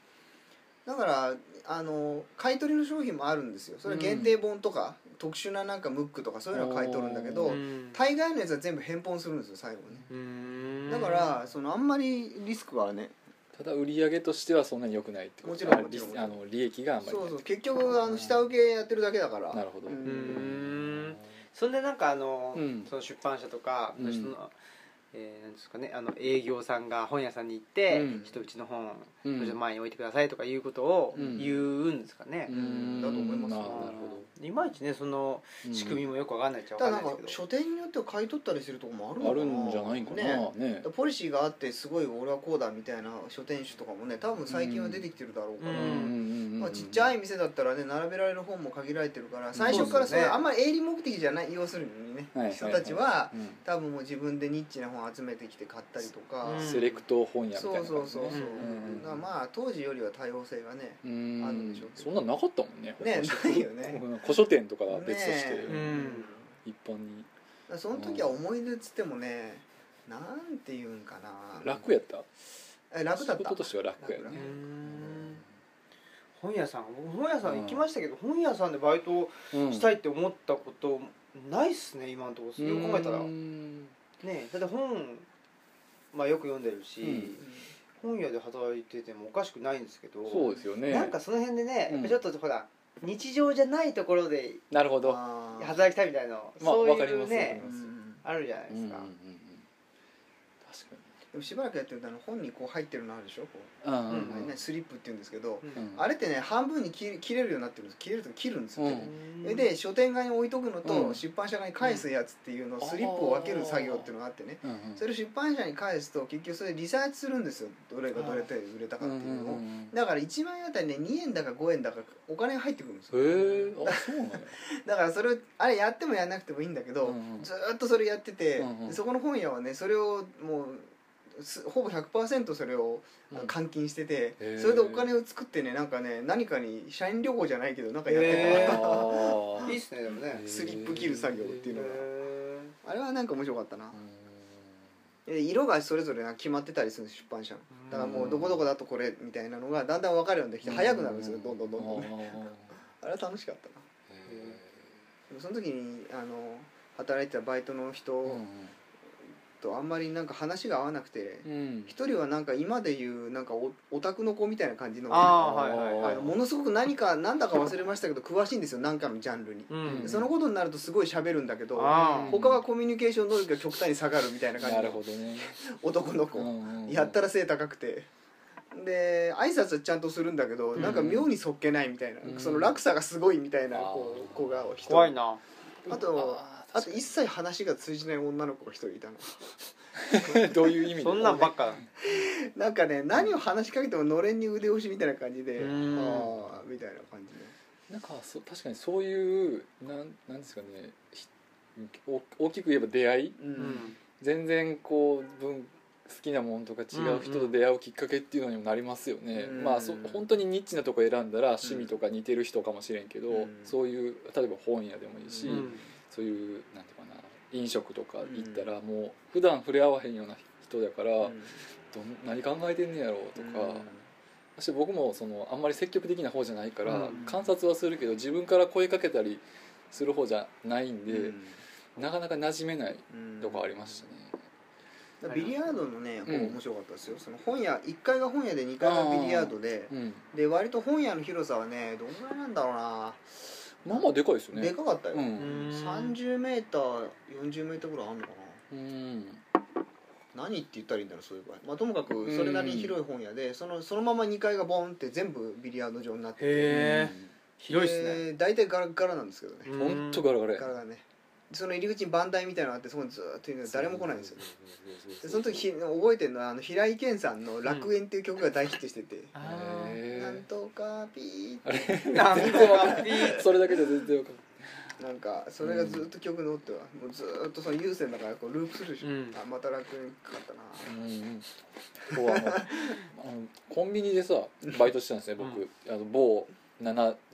Speaker 2: だからあの買い取りの商品もあるんですよそれは限定本とか特殊ななんかムックとかそういうのは買い取るんだけ
Speaker 3: う
Speaker 2: ど
Speaker 1: ん
Speaker 2: 大概のやつは全部返本するんですよ最後ね
Speaker 1: うん
Speaker 2: だからそのあんまりリスクはね
Speaker 3: ただ売り上げとしてはそんなに良くないってこと
Speaker 2: もちろん
Speaker 3: あリス
Speaker 2: もちろん
Speaker 3: あの利益があんまり
Speaker 2: そ
Speaker 3: な
Speaker 2: う
Speaker 3: い
Speaker 2: そう結局あの下請けやってるだけだから
Speaker 3: なるほど
Speaker 2: う
Speaker 1: うんんそんでなんかあの、
Speaker 3: うん
Speaker 1: その出版社とかの人の、えーなんですかねあの営業さんが本屋さんに行って、
Speaker 3: うん
Speaker 1: ちょっとうちの本、
Speaker 3: うん
Speaker 1: ちょっと前に置いてくださいとかいうことを
Speaker 3: うん
Speaker 1: 言うんですかね、
Speaker 3: うん
Speaker 2: だと思います
Speaker 3: な
Speaker 2: あ
Speaker 3: なる
Speaker 1: いまいちねその
Speaker 3: ほど
Speaker 1: 仕組みもよくわかんないっちゃわ
Speaker 2: た
Speaker 1: か
Speaker 2: だ
Speaker 1: ん
Speaker 2: な
Speaker 1: なんいで
Speaker 2: か
Speaker 1: すけど、
Speaker 2: 書店によっては買い取ったりするとこもあるの
Speaker 3: あ
Speaker 2: かな
Speaker 3: るんじゃないかなね
Speaker 2: ねポリシーがあってすごい俺はこうだみたいな書店主とかもね多分最近は出てきてるだろうから、
Speaker 1: うんうん
Speaker 2: まあ、ちっちゃ
Speaker 3: い
Speaker 2: い店だったらね並べられる本も限られてるから最初からそれ
Speaker 1: そうですね
Speaker 2: あんまり営利目的じゃない要するにね、
Speaker 3: はい
Speaker 2: 人たちは
Speaker 3: うん
Speaker 2: 多分もう自分でニッチな本集めてきて買ったりとか、
Speaker 1: うん
Speaker 3: セレクト本屋みたい
Speaker 2: そう
Speaker 3: な
Speaker 2: そう
Speaker 3: 感じ
Speaker 2: そうそう
Speaker 3: ね、
Speaker 2: だからまあ当時よりは多様性がね
Speaker 3: うん
Speaker 2: あるんでしょうけど
Speaker 3: そんなのなかったもんね
Speaker 2: ね
Speaker 3: 他
Speaker 2: ないよね
Speaker 3: うん古書店とかは別とし
Speaker 2: ね
Speaker 3: て
Speaker 1: うん
Speaker 3: 一般に
Speaker 2: だからその時は思い出っつってもねなんていうんかな
Speaker 3: 楽やった
Speaker 2: え楽だっ
Speaker 3: 仕
Speaker 2: た
Speaker 3: 事としては楽やね
Speaker 2: 楽
Speaker 1: うーん本屋さん僕本屋さん行きましたけど、本屋さんでバイト
Speaker 3: うん
Speaker 1: したいって思ったことないっすね今のところよく考えたら
Speaker 3: う
Speaker 1: ね
Speaker 3: ん
Speaker 1: えだって本まあよく読んでるし、
Speaker 3: うん
Speaker 1: 本屋で働いててもおかしくないんですけど
Speaker 3: そうですよね
Speaker 1: なんかその辺でね、
Speaker 3: う
Speaker 1: や
Speaker 3: ん
Speaker 1: っぱちょっとほら日常じゃないところで
Speaker 3: なるほど
Speaker 2: あー
Speaker 1: 働きたいみたいなの、
Speaker 3: まあ
Speaker 1: そう
Speaker 3: わかり
Speaker 1: い
Speaker 3: ま
Speaker 1: う
Speaker 3: すわかり
Speaker 1: ね
Speaker 3: ま
Speaker 2: うん
Speaker 1: あるじゃないですか、
Speaker 3: うんうんうんうん確か
Speaker 2: でもしばらくやってるとあの本にこう入ってるのあるでしょこう
Speaker 3: にうんう
Speaker 2: あれ
Speaker 3: ん
Speaker 2: ねスリップって言うんですけど、
Speaker 1: うん
Speaker 2: あれってね半分に切切れるようになってるんです切れると切るんですよ、
Speaker 3: うん
Speaker 2: ねそれで書店側に置いとくのと、
Speaker 3: うん
Speaker 2: 出版社側に返すやつっていうのを
Speaker 3: うん
Speaker 2: スリップを分ける作業っていうのがあってね、
Speaker 3: うんうんうん
Speaker 2: それを出版社に返すと結局それリサーチするんですよどれがどれで売れたかっていうのを、
Speaker 3: ん
Speaker 2: だから1枚あたりね2円だか5円だかお金が入ってくるんです
Speaker 3: へ
Speaker 2: よ
Speaker 3: えあそうなの
Speaker 2: だからそれをあれやってもやんなくてもいいんだけど、
Speaker 3: うんうん
Speaker 2: ずーっとそれやってて、
Speaker 3: うんうん
Speaker 2: そこの本屋はねそれをもうすほぼ100%それを
Speaker 3: うん
Speaker 2: 換金してて、
Speaker 3: へー
Speaker 2: それでお金を作ってねなんかね何かに社員旅行じゃないけどなんかやってた、
Speaker 1: へー
Speaker 3: あ
Speaker 1: いい
Speaker 3: ー
Speaker 1: っすねでもね
Speaker 3: へ
Speaker 2: スリップ切る作業っていうのが、
Speaker 1: へ
Speaker 2: あれはなんか面白かったな
Speaker 3: う、ん
Speaker 2: で色がそれぞれなんか決まってたりするんです出版社の
Speaker 1: うん
Speaker 2: だからもうどこどこだとこれみたいなのがだんだん分かるようになってきて早くなるんですよどんどんどんど
Speaker 3: あ
Speaker 2: ん、
Speaker 3: ー
Speaker 2: あれは楽しかったな
Speaker 3: へ
Speaker 2: でもその時にあの働いてたバイトの人、
Speaker 3: ーうん
Speaker 2: とあんまりなんか話が合わなくて
Speaker 3: うん
Speaker 2: 一人はなんか今で言うなんかおオタクの子みたいな感じの
Speaker 1: あーはいはいはい
Speaker 2: あのものすごく何か何だか忘れましたけど詳しいんですよ何かのジャンルに、
Speaker 1: うん
Speaker 2: そのことになるとすごい喋るんだけど
Speaker 1: あー
Speaker 2: 他はコミュニケーション能力が極端に下がるみたいな感じ
Speaker 3: なる
Speaker 2: の
Speaker 3: ほどね
Speaker 2: 男の子、
Speaker 3: うんうん
Speaker 2: やったら背高くてで挨拶はちゃんとするんだけど、なんか妙にそっけないみたいな、
Speaker 3: うん
Speaker 2: その落差がすごいみたいな
Speaker 3: あー
Speaker 2: こう子が一人
Speaker 1: 怖いな
Speaker 2: あと
Speaker 3: あー
Speaker 2: あと一切話が通じない女の子が一人いた の
Speaker 3: どういう意味
Speaker 1: そんなんばっかだ
Speaker 2: なんかね何を話しかけてものれんに腕押しみたいな感じで、
Speaker 1: うん
Speaker 2: ああみたいな感じで。
Speaker 3: なんかそ確かにそういうなんなんですかねひお大きく言えば出会い
Speaker 1: うん
Speaker 3: 全然こう分好きなものとか違う人と出会うきっかけっていうのにもなりますよね、
Speaker 2: うん
Speaker 3: まあそ本当にニッチなとこ選んだら趣味とか似てる人かもしれんけど、
Speaker 2: うん
Speaker 3: そういう例えば本屋でもいいし、
Speaker 1: うん
Speaker 3: そういうなんていうかな飲食とか行ったらもう普段触れ合わへんような人だから、どん何考えてんねやろうとか、私僕もそのあんまり積極的な方じゃないから、
Speaker 1: うん
Speaker 3: 観察はするけど自分から声かけたりする方じゃないんで、なかなか馴染めないとこありましたね。
Speaker 2: だからビリヤードのね、
Speaker 3: うん
Speaker 2: 面白かったですよその本屋1階が本屋で2階がビリヤードで
Speaker 3: うん、
Speaker 2: で割と本屋の広さはねどんぐらいなんだろうな、
Speaker 3: まあまあでかいですよね。
Speaker 2: でかかったよ、
Speaker 3: うん
Speaker 2: 3 0メーター40メーターぐらいあるのか
Speaker 3: うん
Speaker 2: な何って言ったらいいんだろうそういう場合、まあ、ともかくそれなりに広い本屋でそのそのまま2階がボンって全部ビリヤード場になってて
Speaker 1: へえ広いっすね
Speaker 2: で大体ガラガラなんですけどね、
Speaker 1: うん
Speaker 3: 本当ガラガラ
Speaker 2: ガ
Speaker 3: や
Speaker 2: ラガラねその入り口に番台みたいなのがあってそこにずーっといるの誰も来ないんですよでその時ひ覚えてるのはあの平井堅さんの「楽園」っていう曲が大ヒットしてて
Speaker 1: あー
Speaker 2: 「なん
Speaker 3: へ
Speaker 2: とかピ
Speaker 3: あれ
Speaker 2: ー」なんとかピー
Speaker 3: えそれだけじゃ全然わかんない
Speaker 2: なんかそれがずっと曲のってはもうずーっとその優先だからこうループするでしょ、
Speaker 1: うん
Speaker 2: あまた楽園かかったな
Speaker 3: うんうん、こうあのあのコンビニでさバイトしてたんですね僕、あの某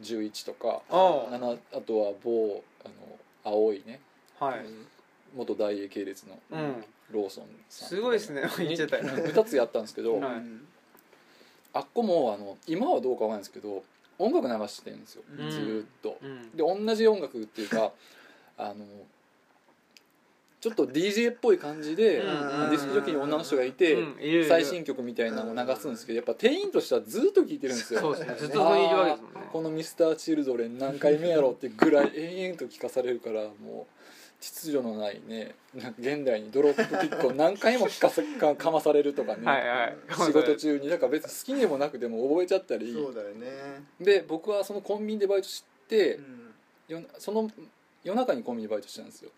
Speaker 3: 711とか
Speaker 1: あ
Speaker 3: ななあとは某あの青いね
Speaker 1: あはい
Speaker 3: 元大英系列の
Speaker 1: うん
Speaker 3: ローソンさん
Speaker 1: すごいっすね言っちゃったよ
Speaker 3: 2つやったんですけ ど、
Speaker 1: はい
Speaker 2: うん
Speaker 3: あっこもあの今はどうかわかんないですけど音楽流してるんですよ、
Speaker 1: うん
Speaker 3: ずーっと、
Speaker 1: うん
Speaker 3: で同じ音楽っていうかあのちょっと DJ っぽい感じで、
Speaker 1: うん
Speaker 3: ディスクジョッキーに女の人がいて、
Speaker 1: うんいるいる
Speaker 3: 最新曲みたいなのを流すんですけどやっぱ店員としてはずっと聴いてるんですよ
Speaker 1: そうですねずっとそこにいるわけですもんね
Speaker 3: この「ミスターチルドレン何回目やろうってぐらい延々と聞かされるからもう秩序のないねなんか現代にドロップキックを何回も聞かさかかまされるとかね、
Speaker 1: はいはい
Speaker 3: 仕事中にだから別に好きでもなくても覚えちゃったり
Speaker 2: そうだよね、
Speaker 3: で僕はそのコンビニでバイトして、
Speaker 2: うん
Speaker 3: よその夜中にコンビニバイトしてたんですよ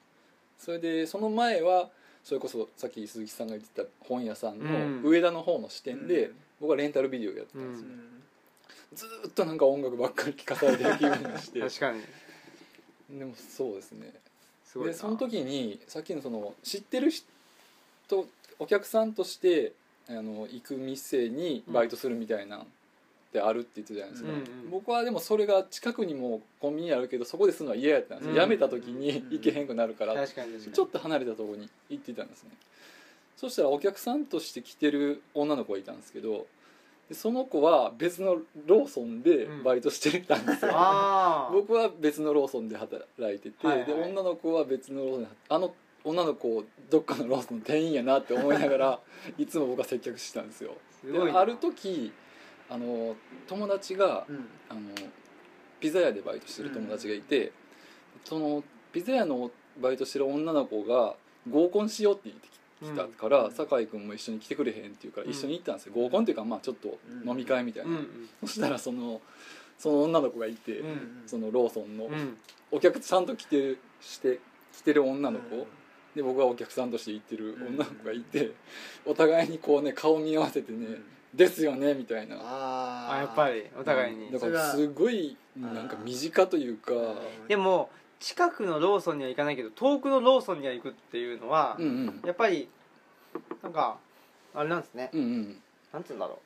Speaker 3: それでその前はそれこそさっき鈴木さんが言ってた本屋さん
Speaker 1: うん
Speaker 3: の上田の方の支店で、
Speaker 2: うん
Speaker 3: 僕はレンタルビデオやってたんで
Speaker 2: う
Speaker 3: すよ、
Speaker 2: ん
Speaker 3: ずーっとなんか音楽ばっかり聴かされてる気分がして
Speaker 1: 確かに
Speaker 3: でもそうですね
Speaker 1: すごいな
Speaker 3: でその時にさっきのその知ってる人お客さんとしてあの行く店にバイトするみたいなんであるって言ってたじゃないです
Speaker 1: う
Speaker 3: か、
Speaker 1: んうん
Speaker 3: 僕はでもそれが近くにもコンビニあるけどそこでするのは嫌やったんですよ、
Speaker 1: うん
Speaker 3: 辞めた時に行けへんくなるから、
Speaker 1: 確かに確かに
Speaker 3: ちょっと離れたところに行ってたんですねそしたらお客さんとして来てる女の子がいたんですけどでその子は別のローソンでバイトしてたん ですよ、
Speaker 1: ああ
Speaker 3: 僕は別のローソンで働いてて、
Speaker 1: はいはい
Speaker 3: で女の子は別のローソンであの女の子どっかのローソンの店員やなって思いながら いつも僕は接客してたんですよ
Speaker 1: すごい
Speaker 3: で
Speaker 1: な
Speaker 3: ある時あの友達が
Speaker 2: うん
Speaker 3: あのピザ屋でバイトしてる友達がいて、そのピザ屋のバイトしてる女の子が合コンしようって言ってきたから、
Speaker 2: うん
Speaker 3: 酒井君も一緒に来てくれへんっていうから
Speaker 1: うん
Speaker 3: 一緒に行ったんですよ、合コンっていうかまあちょっと飲み会みたいな、
Speaker 1: うんうん
Speaker 3: そしたらそのその女の子がいて、
Speaker 1: う
Speaker 2: うんん
Speaker 3: そのローソンの
Speaker 1: うん
Speaker 3: お客さんと来てるして来てる女の子、で僕はお客さんとして行ってる女の子がいて、お互いにこうね顔見合わせてね
Speaker 2: うん
Speaker 3: 「ですよね」みたいな
Speaker 2: ああ
Speaker 1: あやっぱ
Speaker 2: り
Speaker 1: りお互いに
Speaker 3: だ
Speaker 2: そ
Speaker 3: か
Speaker 2: れ
Speaker 3: ら
Speaker 2: は
Speaker 3: すごいなんか身近というか
Speaker 1: でも近くのローソンには行かないけど遠くのローソンには行くっていうのは
Speaker 3: うんうん
Speaker 1: やっぱりなんかあれなんですね
Speaker 3: うんうん
Speaker 1: なんつうんだろう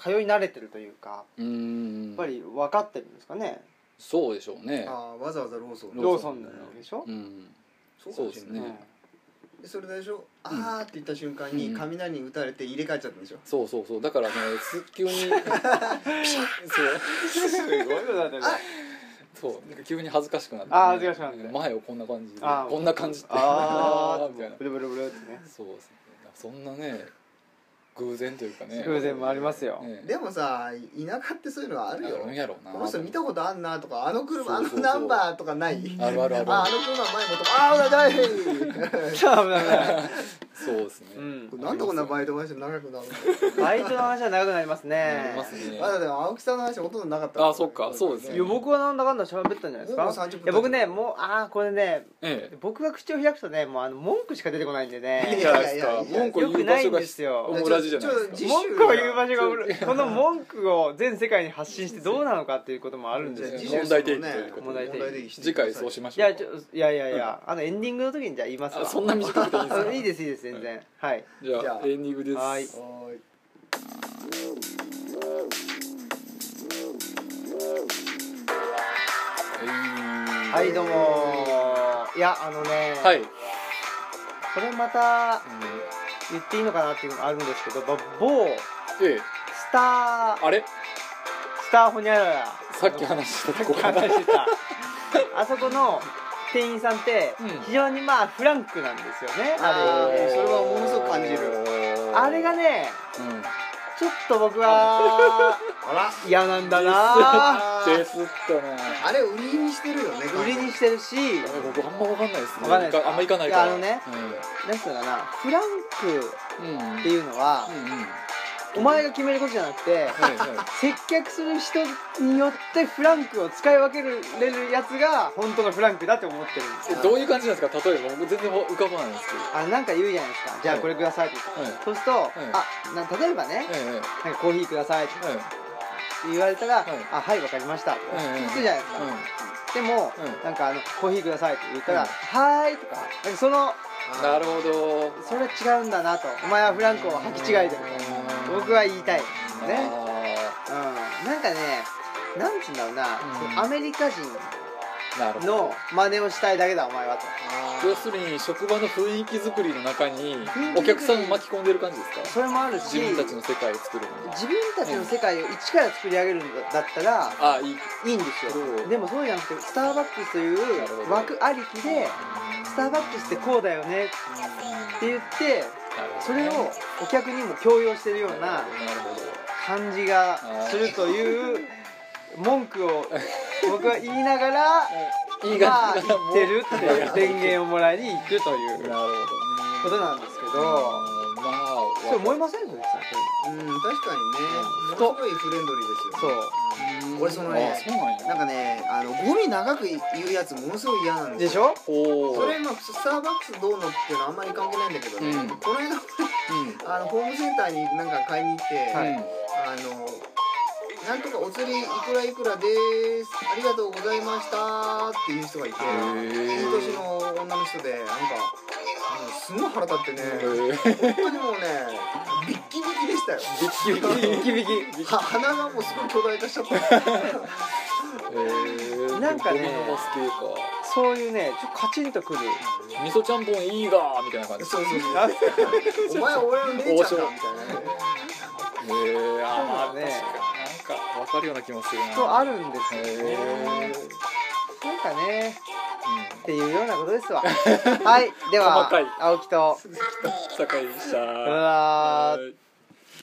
Speaker 1: 通い慣れてるというか
Speaker 3: うん
Speaker 1: やっぱり分かってるんですかね
Speaker 3: そうでしょうね
Speaker 2: ああわざわざローソン
Speaker 1: ローソンでしょ
Speaker 3: うん
Speaker 2: そうかもしれ
Speaker 3: そうです
Speaker 2: ない
Speaker 3: ね
Speaker 2: でそれでしょ「あーって言った瞬間に
Speaker 3: うん
Speaker 2: 雷に打たれて入れ替えちゃったんでしょ
Speaker 3: そうそうそうだからねす急にそう
Speaker 1: すごいことだね
Speaker 2: あ
Speaker 3: そうなんか急に恥ずかしくなって、
Speaker 1: あー恥ずかしくなって
Speaker 3: 前をこんな感じで
Speaker 1: あー
Speaker 3: こんな感じって
Speaker 1: あ
Speaker 3: みたいな
Speaker 1: あブルブルブルってね
Speaker 3: そうですねそんなね偶然というかね
Speaker 1: 偶然もありますよ、
Speaker 3: ね
Speaker 2: でもさ田舎ってそういうのあるよ
Speaker 3: あるんやろうな
Speaker 2: この人見たことあんなとかあの車あ
Speaker 3: そう
Speaker 2: の
Speaker 3: そうそう
Speaker 2: ナンバーとかない
Speaker 3: あるあるある
Speaker 2: ああの車前もとかああ大変
Speaker 1: そう危ない危ない
Speaker 3: そうですね、
Speaker 1: うん
Speaker 2: これなんでこんなバイト話長くなる
Speaker 1: バイトの話は長くなります
Speaker 3: あ
Speaker 1: ね
Speaker 3: りますね
Speaker 2: のまだでも青木さんの話ほとんどなかった
Speaker 3: あそっかそうですね
Speaker 1: いや僕はなんだかんだ喋ったんじゃないです
Speaker 2: もう
Speaker 1: か
Speaker 2: 30分
Speaker 1: いや僕ねもうああこれね
Speaker 3: ええ
Speaker 1: 僕が口を開くとねもうあの文句しか出てこないんで
Speaker 2: い
Speaker 1: ね
Speaker 2: や
Speaker 3: ですか文句を
Speaker 1: よ
Speaker 3: 言
Speaker 1: く
Speaker 3: う
Speaker 1: な
Speaker 3: 場
Speaker 1: い
Speaker 3: 所
Speaker 1: ん
Speaker 3: が
Speaker 1: ですよ
Speaker 3: オムラジじゃないですか
Speaker 2: ちょちょ
Speaker 1: 文句を言う場所が俺この文句を全世界に発信してどうなのかっていうこともあるんですよ
Speaker 3: 自
Speaker 1: い
Speaker 3: 信問題提起ということ
Speaker 1: で
Speaker 3: 次回そうしましょう
Speaker 1: やちょいやいやいやあのエンディングの時にじゃあ言いますわ
Speaker 3: あそんな短くていいんです
Speaker 1: あ
Speaker 3: か
Speaker 1: いいですいいです全然はい
Speaker 3: じゃあ
Speaker 2: じゃあ
Speaker 3: エンディングです
Speaker 1: はい
Speaker 2: おーい
Speaker 3: は
Speaker 1: はいどうもいやあのね
Speaker 3: はい、うん
Speaker 1: これまた言っていいのかなっていうのがあるんですけどぼ某
Speaker 3: ええ
Speaker 1: スター
Speaker 3: あれ
Speaker 1: スターホニャララ
Speaker 3: さっき話したとこか
Speaker 1: 話してた あそこの店員さんって
Speaker 3: うん
Speaker 1: 非常にまあフランクなんですよね、
Speaker 2: あ
Speaker 1: あ
Speaker 2: ー
Speaker 1: れ
Speaker 2: それはものすごく感じる
Speaker 1: あれがねちょっと僕 は
Speaker 2: あら
Speaker 1: 嫌なんだな
Speaker 2: あ
Speaker 3: うん
Speaker 2: ー
Speaker 3: デスったな
Speaker 2: あれ売りにしてるよね
Speaker 1: 売りにしてるし
Speaker 3: 僕あんま分かんないです
Speaker 1: わか
Speaker 3: ね
Speaker 1: んないですか
Speaker 3: あんま行かないか
Speaker 1: いや
Speaker 3: ら
Speaker 1: あのね何ていうのかなフランク
Speaker 3: うんうんうん
Speaker 1: っていうのは
Speaker 3: うんうん
Speaker 1: お前が決めることじゃなくて
Speaker 3: はいは
Speaker 1: 接客する人によってフランクを使い分けれるやつが本当のフランクだって思ってるんです
Speaker 3: い
Speaker 1: よ
Speaker 3: えどういう感じなんですか例えば僕全然浮かばないんですけど
Speaker 1: あなんか言うじゃないですかじゃあこれくださいって言って、
Speaker 3: はい
Speaker 1: そうすると、あな例えばね、
Speaker 3: ええ
Speaker 1: なんかコーヒーくださいって
Speaker 3: ええ
Speaker 1: 言われたら「
Speaker 3: はい
Speaker 1: あはいわかりました」とか
Speaker 3: ええ
Speaker 1: 聞くじゃないですか、
Speaker 3: うん
Speaker 1: でも、
Speaker 3: うん
Speaker 1: なんかあの「コーヒーください」って言ったら「
Speaker 3: うん
Speaker 1: はーい」とかなんかその
Speaker 3: なるほど
Speaker 1: それ違うんだなとお前はフランクを履き違えてると僕は言いたいですね、
Speaker 3: あ
Speaker 1: うん、なんかねなんつうんだろうな、
Speaker 3: うん
Speaker 1: そのアメリカ人
Speaker 3: ーなるほど
Speaker 1: の真似をしたいだけだお前はと
Speaker 3: 要するに職場の雰囲気作りの中
Speaker 1: 雰囲気
Speaker 3: に
Speaker 1: 作り
Speaker 3: お客さんを巻き込んでる感じです
Speaker 1: そ
Speaker 3: か
Speaker 1: れもあるし
Speaker 3: 自分たちの世界を作るのに
Speaker 1: 自分たちの世界を一から作り上げるんだだったら
Speaker 3: あいい
Speaker 1: いいんです
Speaker 3: そう
Speaker 1: よでもそうじゃなくてスターバックスとい
Speaker 3: なるほ
Speaker 1: う
Speaker 3: ど
Speaker 1: 枠ありきでスターバックスってこうだよねって言ってそれをお客にも強要してるような
Speaker 3: なるほど
Speaker 1: 感じがするという文句を僕は言いながら
Speaker 3: いい
Speaker 1: ま
Speaker 3: 感
Speaker 1: あ
Speaker 3: じ
Speaker 1: 言ってるっていう電源をもらいに行くという
Speaker 3: なるほ
Speaker 1: こ
Speaker 3: ど
Speaker 1: となんですけ
Speaker 3: ま
Speaker 1: ど
Speaker 3: あ
Speaker 1: そう思いません藤木さん
Speaker 2: うん確かにねす
Speaker 1: と
Speaker 2: ごいフレンドリーですよね
Speaker 1: そう
Speaker 2: 俺そのね
Speaker 3: あそうなん
Speaker 2: な
Speaker 3: や
Speaker 2: んかねあのゴミ長く言うやつものすごい嫌なん
Speaker 1: で
Speaker 2: です
Speaker 1: し
Speaker 2: よ
Speaker 1: ょ
Speaker 3: おー
Speaker 2: それまあスターバックスどうのっていうのはあんまり関係ないんだけどね、
Speaker 3: うん
Speaker 2: この
Speaker 3: う
Speaker 2: 間
Speaker 3: ん
Speaker 2: あのホームセンターになんか買いに行って、
Speaker 1: はい
Speaker 2: あのなんとかお釣りいくらいくらですありがとうございましたっていう人がいてい
Speaker 3: ー
Speaker 2: い年の女の人でなんかもうすごい腹立ってね
Speaker 3: うんへー
Speaker 2: 本当にもうねビッキビキでしたよ
Speaker 3: ビッキビキ
Speaker 1: 響き
Speaker 2: は鼻がもうすごい巨大化しち ゃった
Speaker 3: へー
Speaker 1: なんかね
Speaker 3: ゴミのバス系か
Speaker 1: そういうねちょっとカチンとくる
Speaker 3: 味噌ちゃんぽんいいがーみたいな感じ
Speaker 2: そうそうそうお前俺の姉ちゃんだみたいなね
Speaker 3: へえあ
Speaker 1: そうだ
Speaker 3: ー、
Speaker 1: ね
Speaker 3: 確かになんかわかるような気もするな
Speaker 1: とあるんですよ
Speaker 3: へ
Speaker 1: ね
Speaker 3: え
Speaker 1: なんかねっていうようなことですわはいでは
Speaker 3: 細かい
Speaker 1: 青木と
Speaker 3: 酒井でした
Speaker 1: うわー
Speaker 3: はい